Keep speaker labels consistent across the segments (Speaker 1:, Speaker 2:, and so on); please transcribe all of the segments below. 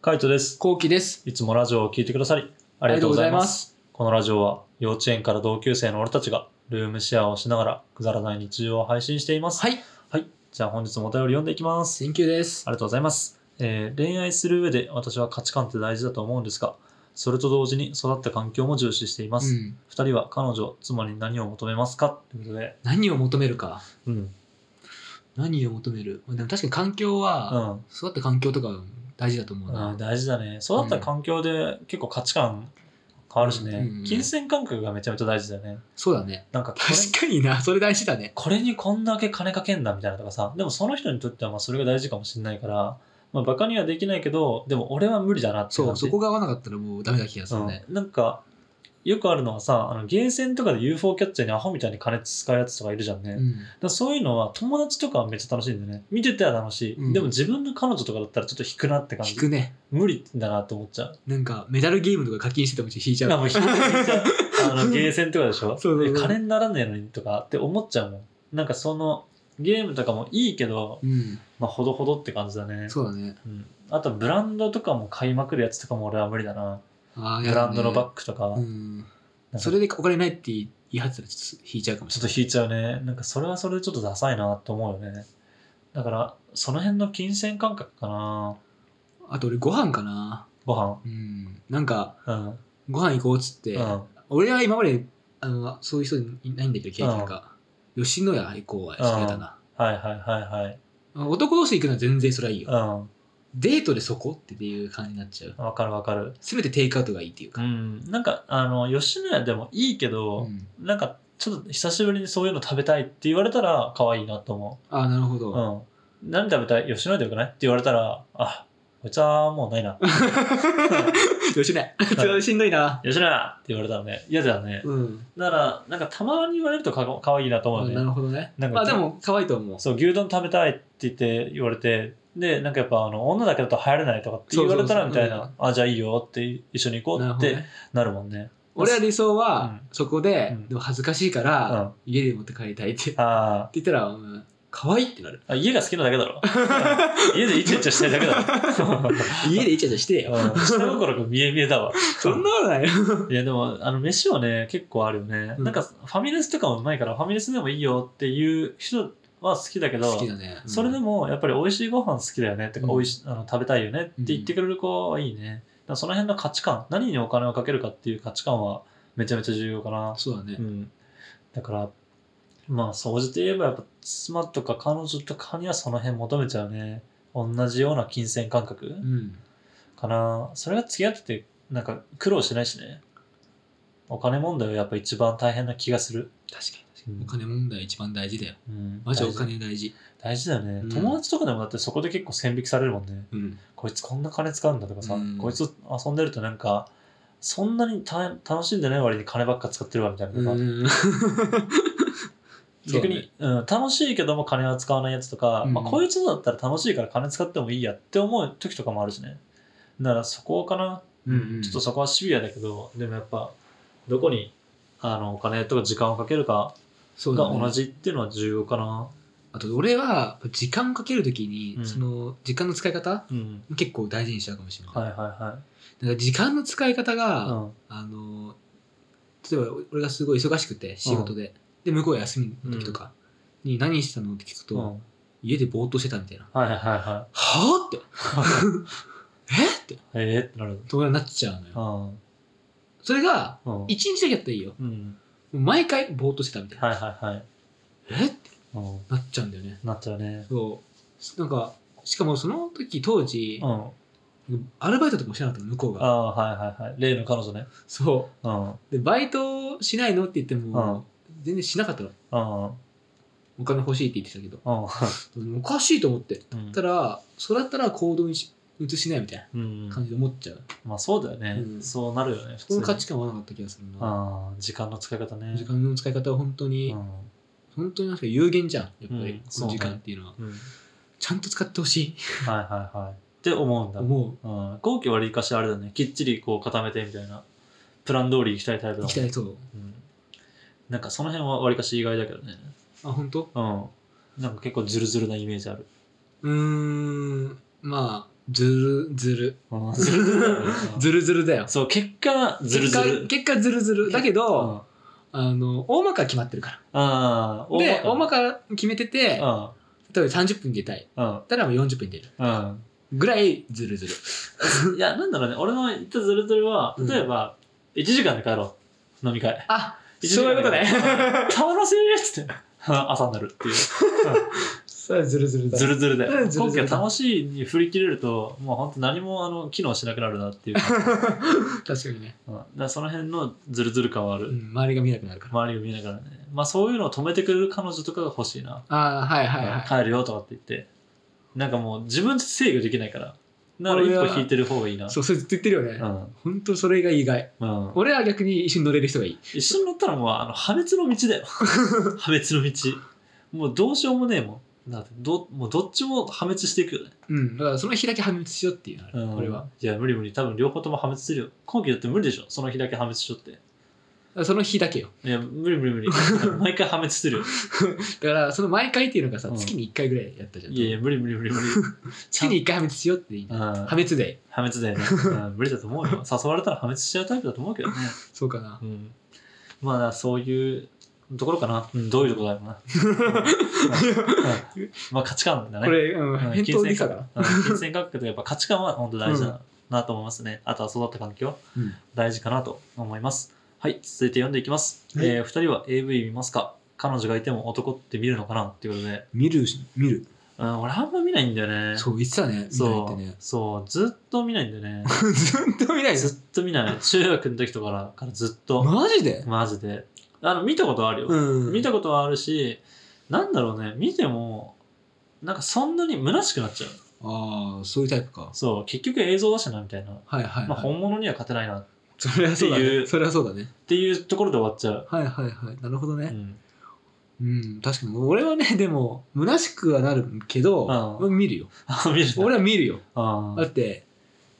Speaker 1: カイトです。
Speaker 2: こうきです。
Speaker 1: いつもラジオを聞いてくださり、ありがとうございます。このラジオは、幼稚園から同級生の俺たちが、ルームシェアをしながら、くだらない日常を配信しています。
Speaker 2: はい、
Speaker 1: じゃあ本日もお便り読んでいきます。
Speaker 2: Thank you です。
Speaker 1: ありがとうございます。えー恋愛する上で私は価値観って大事だと思うんですが、それと同時に育った環境も重視しています。
Speaker 2: うん、
Speaker 1: 二人は彼女、妻に何を求めますかということで。
Speaker 2: 何を求めるか。
Speaker 1: うん。
Speaker 2: 何を求める。でも確かに環境
Speaker 1: う
Speaker 2: は、
Speaker 1: ん。
Speaker 2: 育った環境とか大事だと思う
Speaker 1: あー
Speaker 2: な。
Speaker 1: 大事だね育った環境で結構価値観変わるしね、
Speaker 2: うんうんうん
Speaker 1: 金銭感覚がめちゃめちゃ大事だよね
Speaker 2: そうだね。
Speaker 1: なんかこれ
Speaker 2: 確かにな、それ大事だね。
Speaker 1: これにこんだけ金かけんだみたいなとかさでもその人にとってはまあそれが大事かもしれないから、まあ、バカにはできないけどでも俺は無理だなって
Speaker 2: そ
Speaker 1: 感
Speaker 2: う、
Speaker 1: じ
Speaker 2: そこが合わなかったらもうダメだ気がするね。
Speaker 1: うん、なんかよくあるのはさあのゲーセンとかで UFO キャッチャーにアホみたいに金使うやつとかいるじゃんね、
Speaker 2: うん。
Speaker 1: だからそういうのは友達とかはめっちゃ楽しいんだよね見てては楽しい、
Speaker 2: うん
Speaker 1: でも自分の彼女とかだったらちょっと引くなって感じ
Speaker 2: 引くね。
Speaker 1: 無理だなって思っちゃう
Speaker 2: なんか、メダルゲームとか課金してても引いちゃ
Speaker 1: あ
Speaker 2: う。
Speaker 1: もう引いて引い ちゃうあのゲーセンとかでしょ
Speaker 2: そうそうそう
Speaker 1: え金にならねえのにとかって思っちゃうもんなんかそのゲームとかもいいけど、
Speaker 2: うん、
Speaker 1: まあ、ほどほどって感じだね
Speaker 2: そうだね。
Speaker 1: うん、あとブランドとかも買いまくるやつとかも俺は無理だな
Speaker 2: ああ、
Speaker 1: ブ
Speaker 2: やだ
Speaker 1: ラ
Speaker 2: ね
Speaker 1: ンドのバッグとか,、
Speaker 2: うん。それでお金ないって言い張ってたらちょっと引いちゃうかも
Speaker 1: ちょ
Speaker 2: し
Speaker 1: っ
Speaker 2: れ
Speaker 1: と
Speaker 2: ない。
Speaker 1: 引いちゃうねなんかそれはそれでちょっとダサいなと思うよねだからその辺の金銭感覚かな
Speaker 2: あと俺ご飯かな。
Speaker 1: ご飯
Speaker 2: うん。なんか、
Speaker 1: うん
Speaker 2: ご飯行こうっつって、
Speaker 1: うん
Speaker 2: 俺は今まであのそういう人いないんだけど経験が、吉野家行こうはしてたな、
Speaker 1: はいはいはいはい
Speaker 2: 男同士行くのは全然それはいい
Speaker 1: う
Speaker 2: よ、デートでそこっていう感じになっちゃうん
Speaker 1: わかるわかる
Speaker 2: せめてテイクアウトがいいっていう
Speaker 1: う
Speaker 2: か、
Speaker 1: んなんかあの吉野家でもいいけど、
Speaker 2: うん
Speaker 1: なんかちょっと久しぶりにそういうの食べたいって言われたら可愛いなと思
Speaker 2: ああなるほ
Speaker 1: う。
Speaker 2: ど、
Speaker 1: うん。何食べたい吉野家でよくないって言われたら、あ、こいつはもうないな。
Speaker 2: 吉野家ちょっとしんどいな
Speaker 1: 吉野家って言われたらね、嫌だよね。
Speaker 2: うん、
Speaker 1: だから、なんかたまに言われるとか可愛いなと思う
Speaker 2: あな
Speaker 1: よね。
Speaker 2: るほどね
Speaker 1: なんか
Speaker 2: まあでも可愛いと思う
Speaker 1: そう、牛丼食べたいって言って言われて、で、なんかやっぱあの女だけだと入れないとかって言われたら
Speaker 2: そう
Speaker 1: み
Speaker 2: そ
Speaker 1: た
Speaker 2: うそう
Speaker 1: いな、あ、じゃあいいよって一緒に行こ
Speaker 2: なる
Speaker 1: うっ
Speaker 2: ほど
Speaker 1: て
Speaker 2: ね
Speaker 1: なるもんね。
Speaker 2: 俺は理想は
Speaker 1: うん
Speaker 2: そこで、
Speaker 1: うん
Speaker 2: でも恥ずかしいか
Speaker 1: うん。
Speaker 2: ら、
Speaker 1: あ
Speaker 2: 家で持って帰りたいってって
Speaker 1: あ
Speaker 2: 言ったら、うん、可愛いってなる
Speaker 1: ー、あ家が好きなだけだ ろ。家でイチャイチャしたいだけだろ。
Speaker 2: 家でイチャイチャしてよ、
Speaker 1: うん下心が見え見えだわ。
Speaker 2: そんなことないよ
Speaker 1: いやでもあの飯はね結構あるよね、
Speaker 2: うん
Speaker 1: なんかファミレスとかもうまいからファミレスでもいいよっていう人は好きだけど
Speaker 2: 好きだね、うん
Speaker 1: それでもやっぱり美味しいご飯好きだよねとか、
Speaker 2: うん
Speaker 1: 美味しあの食べたいよねって言ってくれる子はいいね、だからその辺の価値観何にお金をかけるかっていう価値観はめちゃめちゃ重要かな
Speaker 2: そうだね、
Speaker 1: うんだからまあ総じて言えばやっぱ妻とか彼女とかにはその辺求めちゃうね同じような金銭感覚、
Speaker 2: うん
Speaker 1: かなそれが付き合っててなんか苦労しないしねお金問題はやっぱ一番大変な気がする、
Speaker 2: 確かに確か
Speaker 1: う
Speaker 2: に
Speaker 1: ん
Speaker 2: お金問題一番大事だよ
Speaker 1: うん、
Speaker 2: マジお
Speaker 1: 大事
Speaker 2: 金大事
Speaker 1: 大事だよね、
Speaker 2: うん
Speaker 1: 友達とかでもだってそこで結構線引きされるもんね
Speaker 2: うん
Speaker 1: こいつこんな金使うんだとかさ、
Speaker 2: うん
Speaker 1: こいつ遊んでるとなんかそんなにた楽しんでない割に金ばっか使ってるわみたいなとか、
Speaker 2: うん
Speaker 1: 逆にう、ん、楽しいけども金は使わないやつとか、
Speaker 2: うん
Speaker 1: まあ、こいつだったら楽しいから金使ってもいいやって思う時とかもあるしねだからそこかな
Speaker 2: うんうん
Speaker 1: ちょっとそこはシビアだけどでもやっぱどこにあのお金とか時間をかけるか
Speaker 2: そう
Speaker 1: が
Speaker 2: だね
Speaker 1: 同じっていうのは重要かな
Speaker 2: あと俺は時間かけるときに、
Speaker 1: うん
Speaker 2: その時間の使い方
Speaker 1: うん
Speaker 2: 結構大事にしちゃうかもしれない、
Speaker 1: はいはいは
Speaker 2: だから時間の使い方
Speaker 1: い
Speaker 2: が、
Speaker 1: うん
Speaker 2: あの例えば俺がすごい忙しくて仕事で、で向こうが休みの時とかに何してたのって聞くと、
Speaker 1: うん
Speaker 2: 家でぼーっとしてたみたいな
Speaker 1: はいはいは
Speaker 2: はあって えって
Speaker 1: いはいえーってなる
Speaker 2: 友達になっちゃうの
Speaker 1: う
Speaker 2: よ
Speaker 1: ん
Speaker 2: それが
Speaker 1: うん
Speaker 2: 一日だけやったらいいよ
Speaker 1: うん
Speaker 2: 毎回ぼーっとしてたみたいな、
Speaker 1: はいはいはい
Speaker 2: えって
Speaker 1: うん
Speaker 2: なっちゃうんだよね
Speaker 1: なっちゃうね
Speaker 2: そうなんかしかもその時当時
Speaker 1: う、んあ
Speaker 2: アルバイトとかもしてなかったの向こうが
Speaker 1: あーはいはいはい例の彼女ね
Speaker 2: そ
Speaker 1: うん
Speaker 2: うでバイトしないのって言っても、全然しなかったの
Speaker 1: うんうん
Speaker 2: お金欲しいって言ってたけど
Speaker 1: う
Speaker 2: おかしいと思って
Speaker 1: ん
Speaker 2: たらそれだったら行動にし移しないみたい
Speaker 1: うん
Speaker 2: な感じで思っちゃう、
Speaker 1: まあそうだよね
Speaker 2: うん
Speaker 1: そうなるよね普
Speaker 2: そ
Speaker 1: 通
Speaker 2: の
Speaker 1: に
Speaker 2: 価値観は合わなかった気がするな、
Speaker 1: あー時間の使い方ね
Speaker 2: 時間の使い方は本当に、
Speaker 1: うん
Speaker 2: 本当になんか有限じゃんやっぱり、
Speaker 1: うん
Speaker 2: この時間っていうのは
Speaker 1: うん
Speaker 2: ちゃんと使ってほしい
Speaker 1: はいはいはいって思うんだ
Speaker 2: 思
Speaker 1: うん、後期割りかしあれだねきっちりこう固めてみたいなプラン通り行きたいタイプ
Speaker 2: う
Speaker 1: だも
Speaker 2: 行
Speaker 1: ん
Speaker 2: きたいそう
Speaker 1: うん、なんかその辺は割りかし意外だけどね
Speaker 2: あ本当
Speaker 1: うんなんか結構ズルズルなイメージある
Speaker 2: うーんまあずるずる
Speaker 1: うん
Speaker 2: ずるずるずるだよ
Speaker 1: そう、結果、ずるずる。
Speaker 2: 結果結果ずるずるだ
Speaker 1: う
Speaker 2: けど、
Speaker 1: ん
Speaker 2: あの大まか決まってるか
Speaker 1: あー
Speaker 2: らで大ま
Speaker 1: か。
Speaker 2: か決めてて例えば30分出たい
Speaker 1: うん。
Speaker 2: だからもう40分出る
Speaker 1: うん。
Speaker 2: ぐらいずるずる
Speaker 1: うん。いや、なんだろうね。俺の言ったずるずるは、
Speaker 2: うん
Speaker 1: 例えば、1時間で帰ろう。飲み会。
Speaker 2: あ
Speaker 1: 一時間
Speaker 2: そういうことね
Speaker 1: たまらせるっつって。朝になるっていう。
Speaker 2: それはずるずるだ
Speaker 1: ずるずるだ
Speaker 2: う
Speaker 1: よ。
Speaker 2: んずる
Speaker 1: 今
Speaker 2: ずる
Speaker 1: 回楽しいに振り切れると、もう本当何もあの機能しなくなるな っていう感じ。
Speaker 2: 確かにね、
Speaker 1: うんだからその辺のずるずる感はある。
Speaker 2: うん、周りが見なくなるから
Speaker 1: 周りを見ながらね。まあそういうのを止めてくれる彼女とかが欲しいな。
Speaker 2: ああはいはいはい、
Speaker 1: 帰るよとかって言って。なんかもう自分で制御できないから。なら
Speaker 2: 俺
Speaker 1: 一
Speaker 2: は
Speaker 1: 歩引いてる方がいいな。
Speaker 2: そうそれずっと言ってるよね、
Speaker 1: うん。
Speaker 2: 本当それが意外
Speaker 1: うん。
Speaker 2: 俺は逆に一緒に乗れる人がいい
Speaker 1: 一緒に乗ったらもうあの破滅の道 だよ破滅の道もうどうしようもねえもんだってどもうどっちも破滅していくよね、
Speaker 2: うんだからその日だけ破滅しようっていうのはある俺はだか
Speaker 1: いや無理無理多分両方とも破滅するよ今期だって無理でしょその日だけ破滅しようって
Speaker 2: らその日だけよ
Speaker 1: いや無理無理 無理毎回破滅するよ
Speaker 2: だからその毎回っていうのがさ、
Speaker 1: うん
Speaker 2: 月に1回ぐらいやったじゃん
Speaker 1: いやいや無理無理無理無理
Speaker 2: 月に1回破滅しようっていい、
Speaker 1: うん
Speaker 2: 破滅で
Speaker 1: 破滅だよね、うん無理だと思うよ誘われたら破滅しちゃうタイプだと思うけどね、
Speaker 2: そうかな
Speaker 1: うん、まあそういうところかな、うんどういうところだろうな、 うんうんまあ価値観だね
Speaker 2: これ、うん、
Speaker 1: うん
Speaker 2: 返答できたから
Speaker 1: うん金銭感覚とやっぱ価値観は本当大事だなと思いますね。あとは育った環境、
Speaker 2: うん
Speaker 1: 大事かなと思います。はい、続いて読んでいきます。
Speaker 2: はい
Speaker 1: えー、2人は AV 見ますか彼女がいても男って見るのかなっていうことで、
Speaker 2: 見る見る
Speaker 1: うん、俺あんま見ないんだよね。
Speaker 2: そう言ってたね見ないっ
Speaker 1: そ
Speaker 2: て
Speaker 1: う,、
Speaker 2: ね
Speaker 1: そうずっと見ないんだよね
Speaker 2: ずっと見ないです
Speaker 1: ずっと見ない中学の時とかからからずっと
Speaker 2: マジで
Speaker 1: マジであの見たことはあるよ、
Speaker 2: うん
Speaker 1: 見たことはあるしなんだろうね見てもなんかそんなに虚しくなっちゃう
Speaker 2: ああそういうタイプか
Speaker 1: そう結局映像だしなみたいな
Speaker 2: はいはい、はい
Speaker 1: まあ、本物には勝てないなっ
Speaker 2: それはそ
Speaker 1: っ
Speaker 2: うだ
Speaker 1: てい
Speaker 2: ね
Speaker 1: う
Speaker 2: それはそうだね
Speaker 1: ていうところで終わっちゃう。
Speaker 2: はいはいはいなるほどね、
Speaker 1: うん、
Speaker 2: うん、確かに俺はねでも虚しくはなるけど、
Speaker 1: う
Speaker 2: 見るよ
Speaker 1: あ見るな
Speaker 2: 俺は見るよ、
Speaker 1: あ
Speaker 2: だって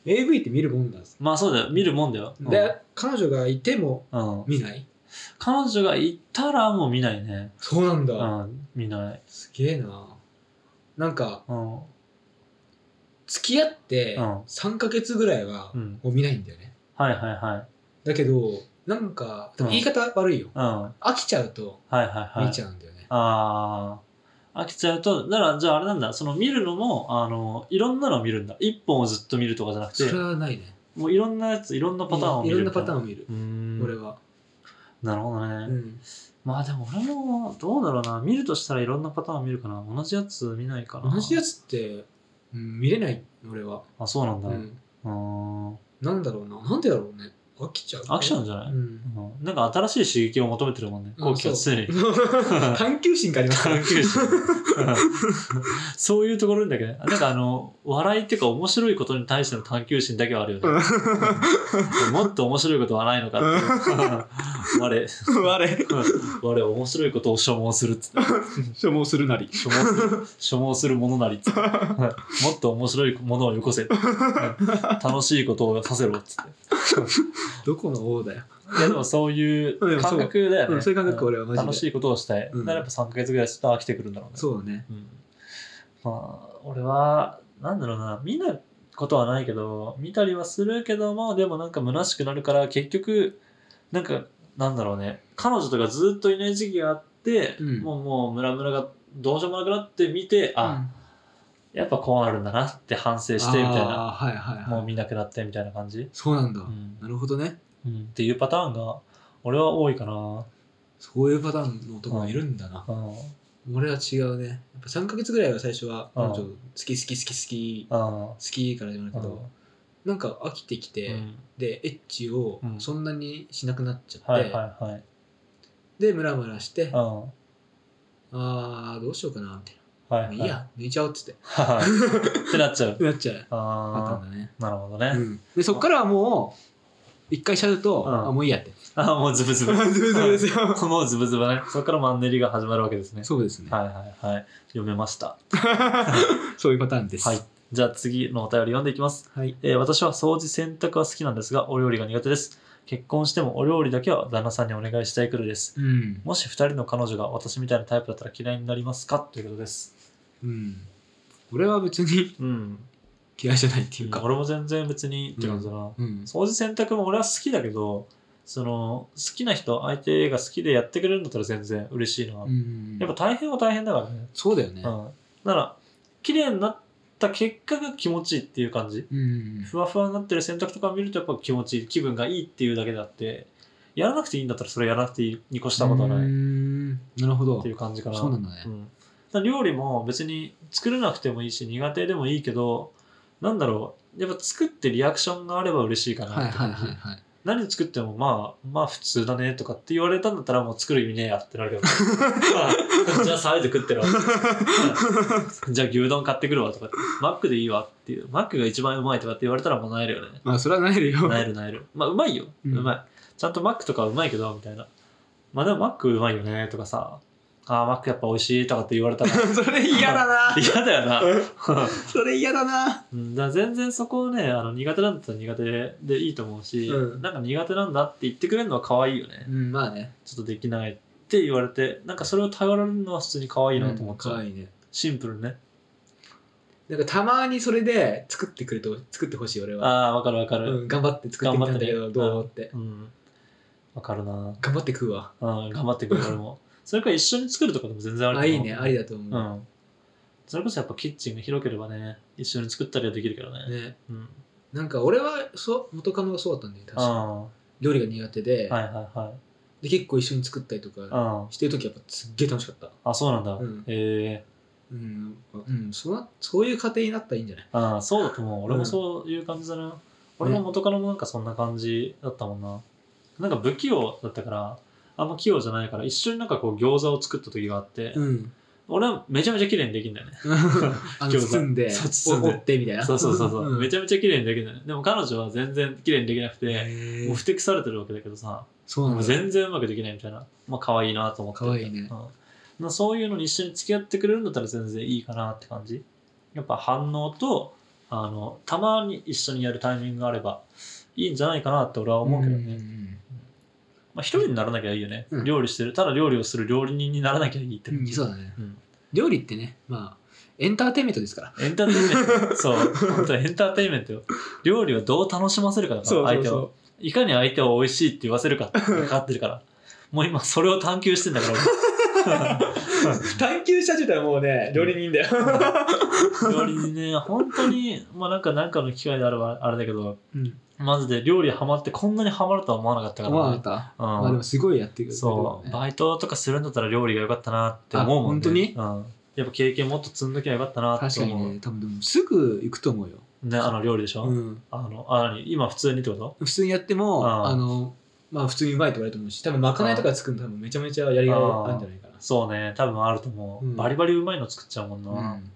Speaker 2: AV って見るもんなんです、
Speaker 1: まあそうだよ見るもんだよ。
Speaker 2: で彼女がいても
Speaker 1: うんうん、
Speaker 2: 見ない
Speaker 1: 彼女がいたらもう見ないね。
Speaker 2: そうなんだ、
Speaker 1: うん、見ない。
Speaker 2: すげえななんか
Speaker 1: うん
Speaker 2: 付き合って
Speaker 1: うん
Speaker 2: 3か月ぐらいは
Speaker 1: うん、
Speaker 2: もう見ないんだよね
Speaker 1: はいはいはい。
Speaker 2: だけどなんか多分
Speaker 1: うん
Speaker 2: 言い方悪いよ、
Speaker 1: うん、は
Speaker 2: 飽きちゃうと
Speaker 1: いはいはい。
Speaker 2: 見ち
Speaker 1: ゃう。
Speaker 2: ゃうんだよね、
Speaker 1: ああ。飽きちゃうと、ならじゃああれなんだ、その見るのも、あの、いろんなの見るんだ。一本をずっと見るとかじゃなく
Speaker 2: それ
Speaker 1: て、
Speaker 2: はないね
Speaker 1: もういろんなやつ、いろんなパターンを見
Speaker 2: い
Speaker 1: る
Speaker 2: ろ
Speaker 1: み
Speaker 2: ん
Speaker 1: た
Speaker 2: ないパターンを
Speaker 1: ン。
Speaker 2: 見る、
Speaker 1: うーん
Speaker 2: 俺は、
Speaker 1: なるほどね。
Speaker 2: うん、
Speaker 1: まあでも俺もどうだろうな見るとしたらいろんなパターンを見るかな同じやつ見ないかな
Speaker 2: 同じやつって、うん、見れない俺は、
Speaker 1: あそうなんだ
Speaker 2: う
Speaker 1: うんーん
Speaker 2: なんだろうな、なんでだろうね。飽きちゃう。
Speaker 1: 飽きちゃうんじゃない、
Speaker 2: うん。
Speaker 1: うんなんか新しい刺激を求めてるもんね
Speaker 2: あ
Speaker 1: 好奇は常に
Speaker 2: 探求心がありますから
Speaker 1: 探求心そういうところだけどねなんかあの笑いっていうか面白いことに対しての探求心だけはあるよね、うんもっと面白いことはないのかっていう 我
Speaker 2: 我、
Speaker 1: 我面白いことを所望するっつって
Speaker 2: 所望するなり。
Speaker 1: 所望す る所望するものなりっつってはいもっと面白いものをよこせはい楽しいことをさせろっつって
Speaker 2: どこの王だよ。
Speaker 1: いやでもそういう
Speaker 2: うんでもそう
Speaker 1: 感覚だよね、
Speaker 2: うんそういう感覚俺はマジで
Speaker 1: 楽しいことをしたい、
Speaker 2: うん
Speaker 1: だからやっぱ3ヶ月ぐらいしたら飽きてくるんだろうね
Speaker 2: そうね。
Speaker 1: うん、まあ俺はなんだろうな見ないことはないけど見たりはするけどもでもなんか虚しくなるから結局なんかなんだろうね彼女とかずっといない時期があって、
Speaker 2: うん
Speaker 1: もうもうムラムラがどうしようもなくなって見てあ、やっぱこうなるんだなって反省
Speaker 2: うん、
Speaker 1: してみたいな
Speaker 2: あーはいはいはい。
Speaker 1: もう見なくなってみたいな感じ、
Speaker 2: そうなんだ
Speaker 1: う。ん
Speaker 2: なるほどね。
Speaker 1: うんっていうパターンが俺は多いかな、
Speaker 2: そういうパターンの男がいるんだな。
Speaker 1: うん、
Speaker 2: 俺は違うね。やっぱ3ヶ月ぐらいは最初は、
Speaker 1: うん
Speaker 2: 彼女好き好き好き好き、好
Speaker 1: あ
Speaker 2: きから始まる
Speaker 1: あ、う
Speaker 2: けど、なんか飽きてきて、
Speaker 1: ん、
Speaker 2: で、エッチを
Speaker 1: うん
Speaker 2: そんなにしなくなっちゃ
Speaker 1: は
Speaker 2: っ
Speaker 1: い
Speaker 2: て、
Speaker 1: はいはい、
Speaker 2: で、ムラムラして
Speaker 1: う、ん、は
Speaker 2: あー、どうしようかな、みたいな。
Speaker 1: いはい
Speaker 2: いや、抜いちゃおうっつって。
Speaker 1: はいってなっちゃう
Speaker 2: なっちゃう。パタ
Speaker 1: あ
Speaker 2: ーンだね。
Speaker 1: あなるほどね、
Speaker 2: で、そっからはもう、一回しちゃうと、
Speaker 1: うん
Speaker 2: あ、もういいやって。
Speaker 1: ああもうズブ ズブ
Speaker 2: すよ。
Speaker 1: もうズブズブねそこからマンネリが始まるわけですね
Speaker 2: そうですね。
Speaker 1: はいはいはい読めました
Speaker 2: そういうパターンです。
Speaker 1: はいじゃあ次のお便り読んでいきます
Speaker 2: はい。
Speaker 1: えー私は掃除洗濯は好きなんですがお料理が苦手です結婚してもお料理だけは旦那さんにお願いしたいくらいです
Speaker 2: うん。
Speaker 1: もし2人の彼女が私みたいなタイプだったら嫌いになりますかということです
Speaker 2: うん。俺は別に
Speaker 1: うん
Speaker 2: 嫌いじゃないっていうか、
Speaker 1: 俺も全然別にって感じだな。
Speaker 2: うん、
Speaker 1: 掃除洗濯も俺は好きだけど、その、好きな人、相手が好きでやってくれるんだったら全然嬉しいな。
Speaker 2: うん
Speaker 1: やっぱ大変は大変だからね。
Speaker 2: そうだよね、
Speaker 1: うん。だから、綺麗になった結果が気持ちいいっていう感じ。
Speaker 2: うん
Speaker 1: ふわふわになってる洗濯とかを見るとやっぱ気持ちいい、気分がいいっていうだけであって、やらなくていいんだったらそれやらなくていいに越したことは
Speaker 2: う
Speaker 1: ないっ
Speaker 2: んなるほど
Speaker 1: ていう感じかな。
Speaker 2: そうなんだね、
Speaker 1: うん、だから料理も別に作れなくてもいいし苦手でもいいけどなんだろうやっぱ作ってリアクションがあれば嬉しいか
Speaker 2: は
Speaker 1: ないって
Speaker 2: はい
Speaker 1: 感じ、
Speaker 2: はいはい
Speaker 1: 何作ってもまあまあ普通だねとかって言われたんだったらもう作る意味ねえやってなるけ どまあじゃあサイズ食ってろうんじゃあ牛丼買ってくるわとかマックでいいわっていうマックが一番うまいとかって言われたらもうなえるよね
Speaker 2: まあそれはなえるよ
Speaker 1: なえるなえるまあうまいよ、
Speaker 2: う
Speaker 1: うんまいちゃんとマックとかはうまいけどみたいなまあでもマックうまいよねとかさあーマックやっぱ美味しいとかって言われた ら
Speaker 2: それ 嫌だな
Speaker 1: 嫌だよな。
Speaker 2: それ嫌だな
Speaker 1: うんだから全然そこをね、あの苦手なんだったら苦手でいいと思うし、
Speaker 2: うん
Speaker 1: なんか苦手なんだって言ってくれるのは可愛いよね。
Speaker 2: うんまあね
Speaker 1: ちょっとできないって言われて、なんかそれを頼られるのは普通に可愛いなと思っちゃう。
Speaker 2: 可愛いね
Speaker 1: シンプルにね。
Speaker 2: なんかたまにそれで作ってくれと作ってほしい俺は、
Speaker 1: ああ、わかるわかる。
Speaker 2: うん、頑張って作ってみたんだけ
Speaker 1: 頑張っ
Speaker 2: ど
Speaker 1: てね
Speaker 2: どうって
Speaker 1: うん。わ、かるな。
Speaker 2: 頑張って食うわ
Speaker 1: うん、頑張ってくれる俺も。それから一緒に作るとかでも全然あり
Speaker 2: あいいねあり
Speaker 1: だ
Speaker 2: だと思
Speaker 1: と
Speaker 2: う、
Speaker 1: 思う。うん。それこそやっぱキッチンが広ければね、一緒に作ったりはできるけどね。
Speaker 2: ね
Speaker 1: うん。
Speaker 2: なんか俺はそう元カノがそうだったんだよ確
Speaker 1: あ
Speaker 2: か
Speaker 1: あ、は
Speaker 2: 料理が苦手で,、
Speaker 1: いはいはい。
Speaker 2: で結構一緒に作ったりとか
Speaker 1: あ
Speaker 2: してる時やっぱすっげえ楽しかった
Speaker 1: あ、そうなんだ。
Speaker 2: うん
Speaker 1: ええ
Speaker 2: うん、うん、そうなそういう家庭になったらいいんじゃない
Speaker 1: ああそうだと思う俺もそういう感じだな、俺も元カノもなんかそんな感じだったもんななんか不器用だったからあんま器用じゃないから一緒になんかこう餃子を作った時があって、
Speaker 2: ん
Speaker 1: 俺はめちゃめちゃ綺麗にできるんだよね
Speaker 2: あの
Speaker 1: 餃子
Speaker 2: 包んで
Speaker 1: そう包んで
Speaker 2: 折ってみたいな
Speaker 1: そうそうそうそう、め
Speaker 2: ゃ
Speaker 1: ちゃめちゃ綺麗にできるんだよねでも彼女は全然綺麗にできなくて、もう
Speaker 2: く
Speaker 1: ふてくされてるわけだけどさ、
Speaker 2: そうなん
Speaker 1: も
Speaker 2: だ
Speaker 1: う全然うまくできないみたいなまあ可愛いなと思って
Speaker 2: 可愛いね
Speaker 1: うんまあそういうのに一緒に付き合ってくれるんだったら全然いいかなって感じやっぱ反応とあのたまに一緒にやるタイミングがあればいいんじゃないかなって俺は思うけどね、
Speaker 2: んん
Speaker 1: まあ、一人にならなきゃいいよね、
Speaker 2: うん
Speaker 1: 料理してるただ料理をする料理人にならなきゃいいって
Speaker 2: う
Speaker 1: 感
Speaker 2: ん
Speaker 1: じ、
Speaker 2: そうだね
Speaker 1: うん
Speaker 2: 料理ってねまあエンターテインメントですから
Speaker 1: エンターテインメントそう本当にエンターテインメントよ料理をどう楽しませるかだから相手をいかに相手を美味しいって言わせるかってかかってるからもう今それを探求してんだから俺
Speaker 2: 探求者自体はもうね
Speaker 1: 料理
Speaker 2: 人だよ
Speaker 1: 料理にね本当にまあなんかなんかの機会であればあれだけど
Speaker 2: うん
Speaker 1: マジで料理ハマってこんなにハマるとは思わなかったから
Speaker 2: 思わなか
Speaker 1: ね、
Speaker 2: っ
Speaker 1: う
Speaker 2: た
Speaker 1: ん
Speaker 2: まあでもすごいやってくれてるよ
Speaker 1: そ
Speaker 2: ね
Speaker 1: うバイトとかするんだったら料理が良かったなって思うもんね
Speaker 2: あ本当に
Speaker 1: うん、やっぱ経験もっと積んどきゃよかったなっ
Speaker 2: 確
Speaker 1: て
Speaker 2: か
Speaker 1: 思う
Speaker 2: に
Speaker 1: ね
Speaker 2: ね多分でもすぐ行くと思うよ
Speaker 1: あの料理でしょ、
Speaker 2: うん
Speaker 1: あのあ何今普通にってこと
Speaker 2: 普通にやっても
Speaker 1: ああ
Speaker 2: あのまあ普通にうまいと言われると思うし多分まかないとか作るの多分めちゃめちゃやりがいあるんじゃないかな
Speaker 1: そうね多分あると思う、
Speaker 2: うん
Speaker 1: バリバリうまいの作っちゃうもんな、
Speaker 2: うん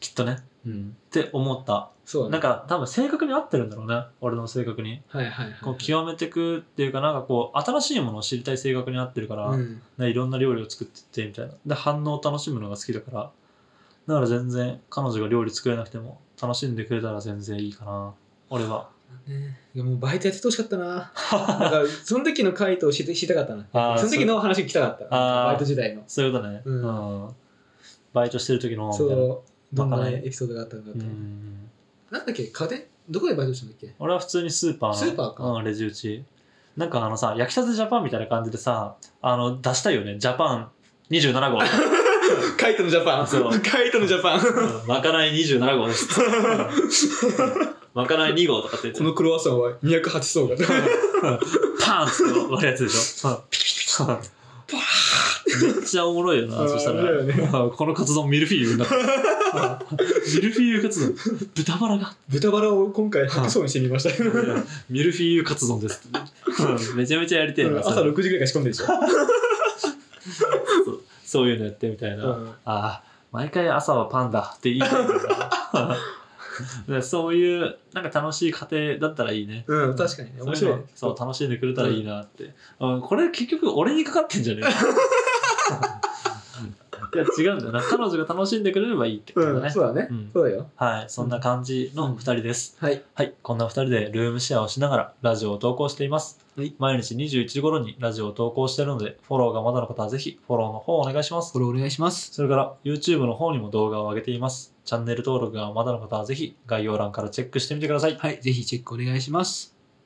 Speaker 1: きっとね
Speaker 2: うん
Speaker 1: って思った
Speaker 2: そうだね
Speaker 1: なんか多分性格に合ってるんだろうね俺の性格に
Speaker 2: はいはいはい
Speaker 1: こう極めていくっていうかなんかこう新しいものを知りたい性格に合ってるから、
Speaker 2: うん
Speaker 1: ねいろんな料理を作ってってみたいなで反応を楽しむのが好きだからだから全然彼女が料理作れなくても楽しんでくれたら全然いいかな俺は
Speaker 2: ねいやもうバイトやっててほしかったな なんかその時の回答を知り知りたかった
Speaker 1: あ
Speaker 2: な
Speaker 1: あ
Speaker 2: その時の話聞きたかった
Speaker 1: ああ
Speaker 2: バイト時代の
Speaker 1: そういうことね、
Speaker 2: うん
Speaker 1: うんバイトしてる時のみたいな
Speaker 2: そうどん
Speaker 1: まか
Speaker 2: な
Speaker 1: ない
Speaker 2: エピソードがあったのかって
Speaker 1: うん
Speaker 2: なんだっけ家電どこでバイトしたんだっけ
Speaker 1: 俺は普通にスーパーの
Speaker 2: スーパーか
Speaker 1: うん、レジ打ちなんかあのさ焼きたてジャパンみたいな感じでさあの出したいよねジャパン27号
Speaker 2: カイトのジャパン
Speaker 1: そう
Speaker 2: カイトのジャパン
Speaker 1: うんまかない27号ですうんまかない2号とかって言って
Speaker 2: このクロワッサンは208層が
Speaker 1: パーンって割るやつでしょ。うんめっちゃおもろいよ
Speaker 2: う
Speaker 1: な、
Speaker 2: ん
Speaker 1: そしたら。
Speaker 2: あれだ
Speaker 1: このカツ丼ミルフィーユになった。ミルフィーユカツ丼。豚バラが。
Speaker 2: 豚バラを今回白層にしてみ ました
Speaker 1: ミルフィーユカツ丼です。うんめちゃめちゃやりてえな。
Speaker 2: 朝6時ぐらいから仕込んでるでしょ
Speaker 1: そうそういうのやってみたいな。
Speaker 2: うん
Speaker 1: ああ、毎回朝はパンだって言いたいんだよ なでそういう、なんか楽しい家庭だったらいいね。
Speaker 2: うん確かにね面白いね
Speaker 1: そういうのそう楽しんでくれたら いいなって、うんこれ結局俺にかかってんじゃねえかいや違うんだよな彼女が楽しんでくれればいいってことだね、
Speaker 2: そうだね、
Speaker 1: うん
Speaker 2: そうだよ
Speaker 1: はいそんな感じの2人です、
Speaker 2: はい
Speaker 1: はいこんな2人でルームシェアをしながらラジオを投稿しています、
Speaker 2: はい
Speaker 1: 毎日21時頃にラジオを投稿しているのでフォローがまだの方はぜひフォローの方をお願いします
Speaker 2: これお願いします
Speaker 1: それから YouTube の方にも動画を上げていますチャンネル登録がまだの方はぜひ概要欄からチェックしてみてください
Speaker 2: はいぜひチェックお願いします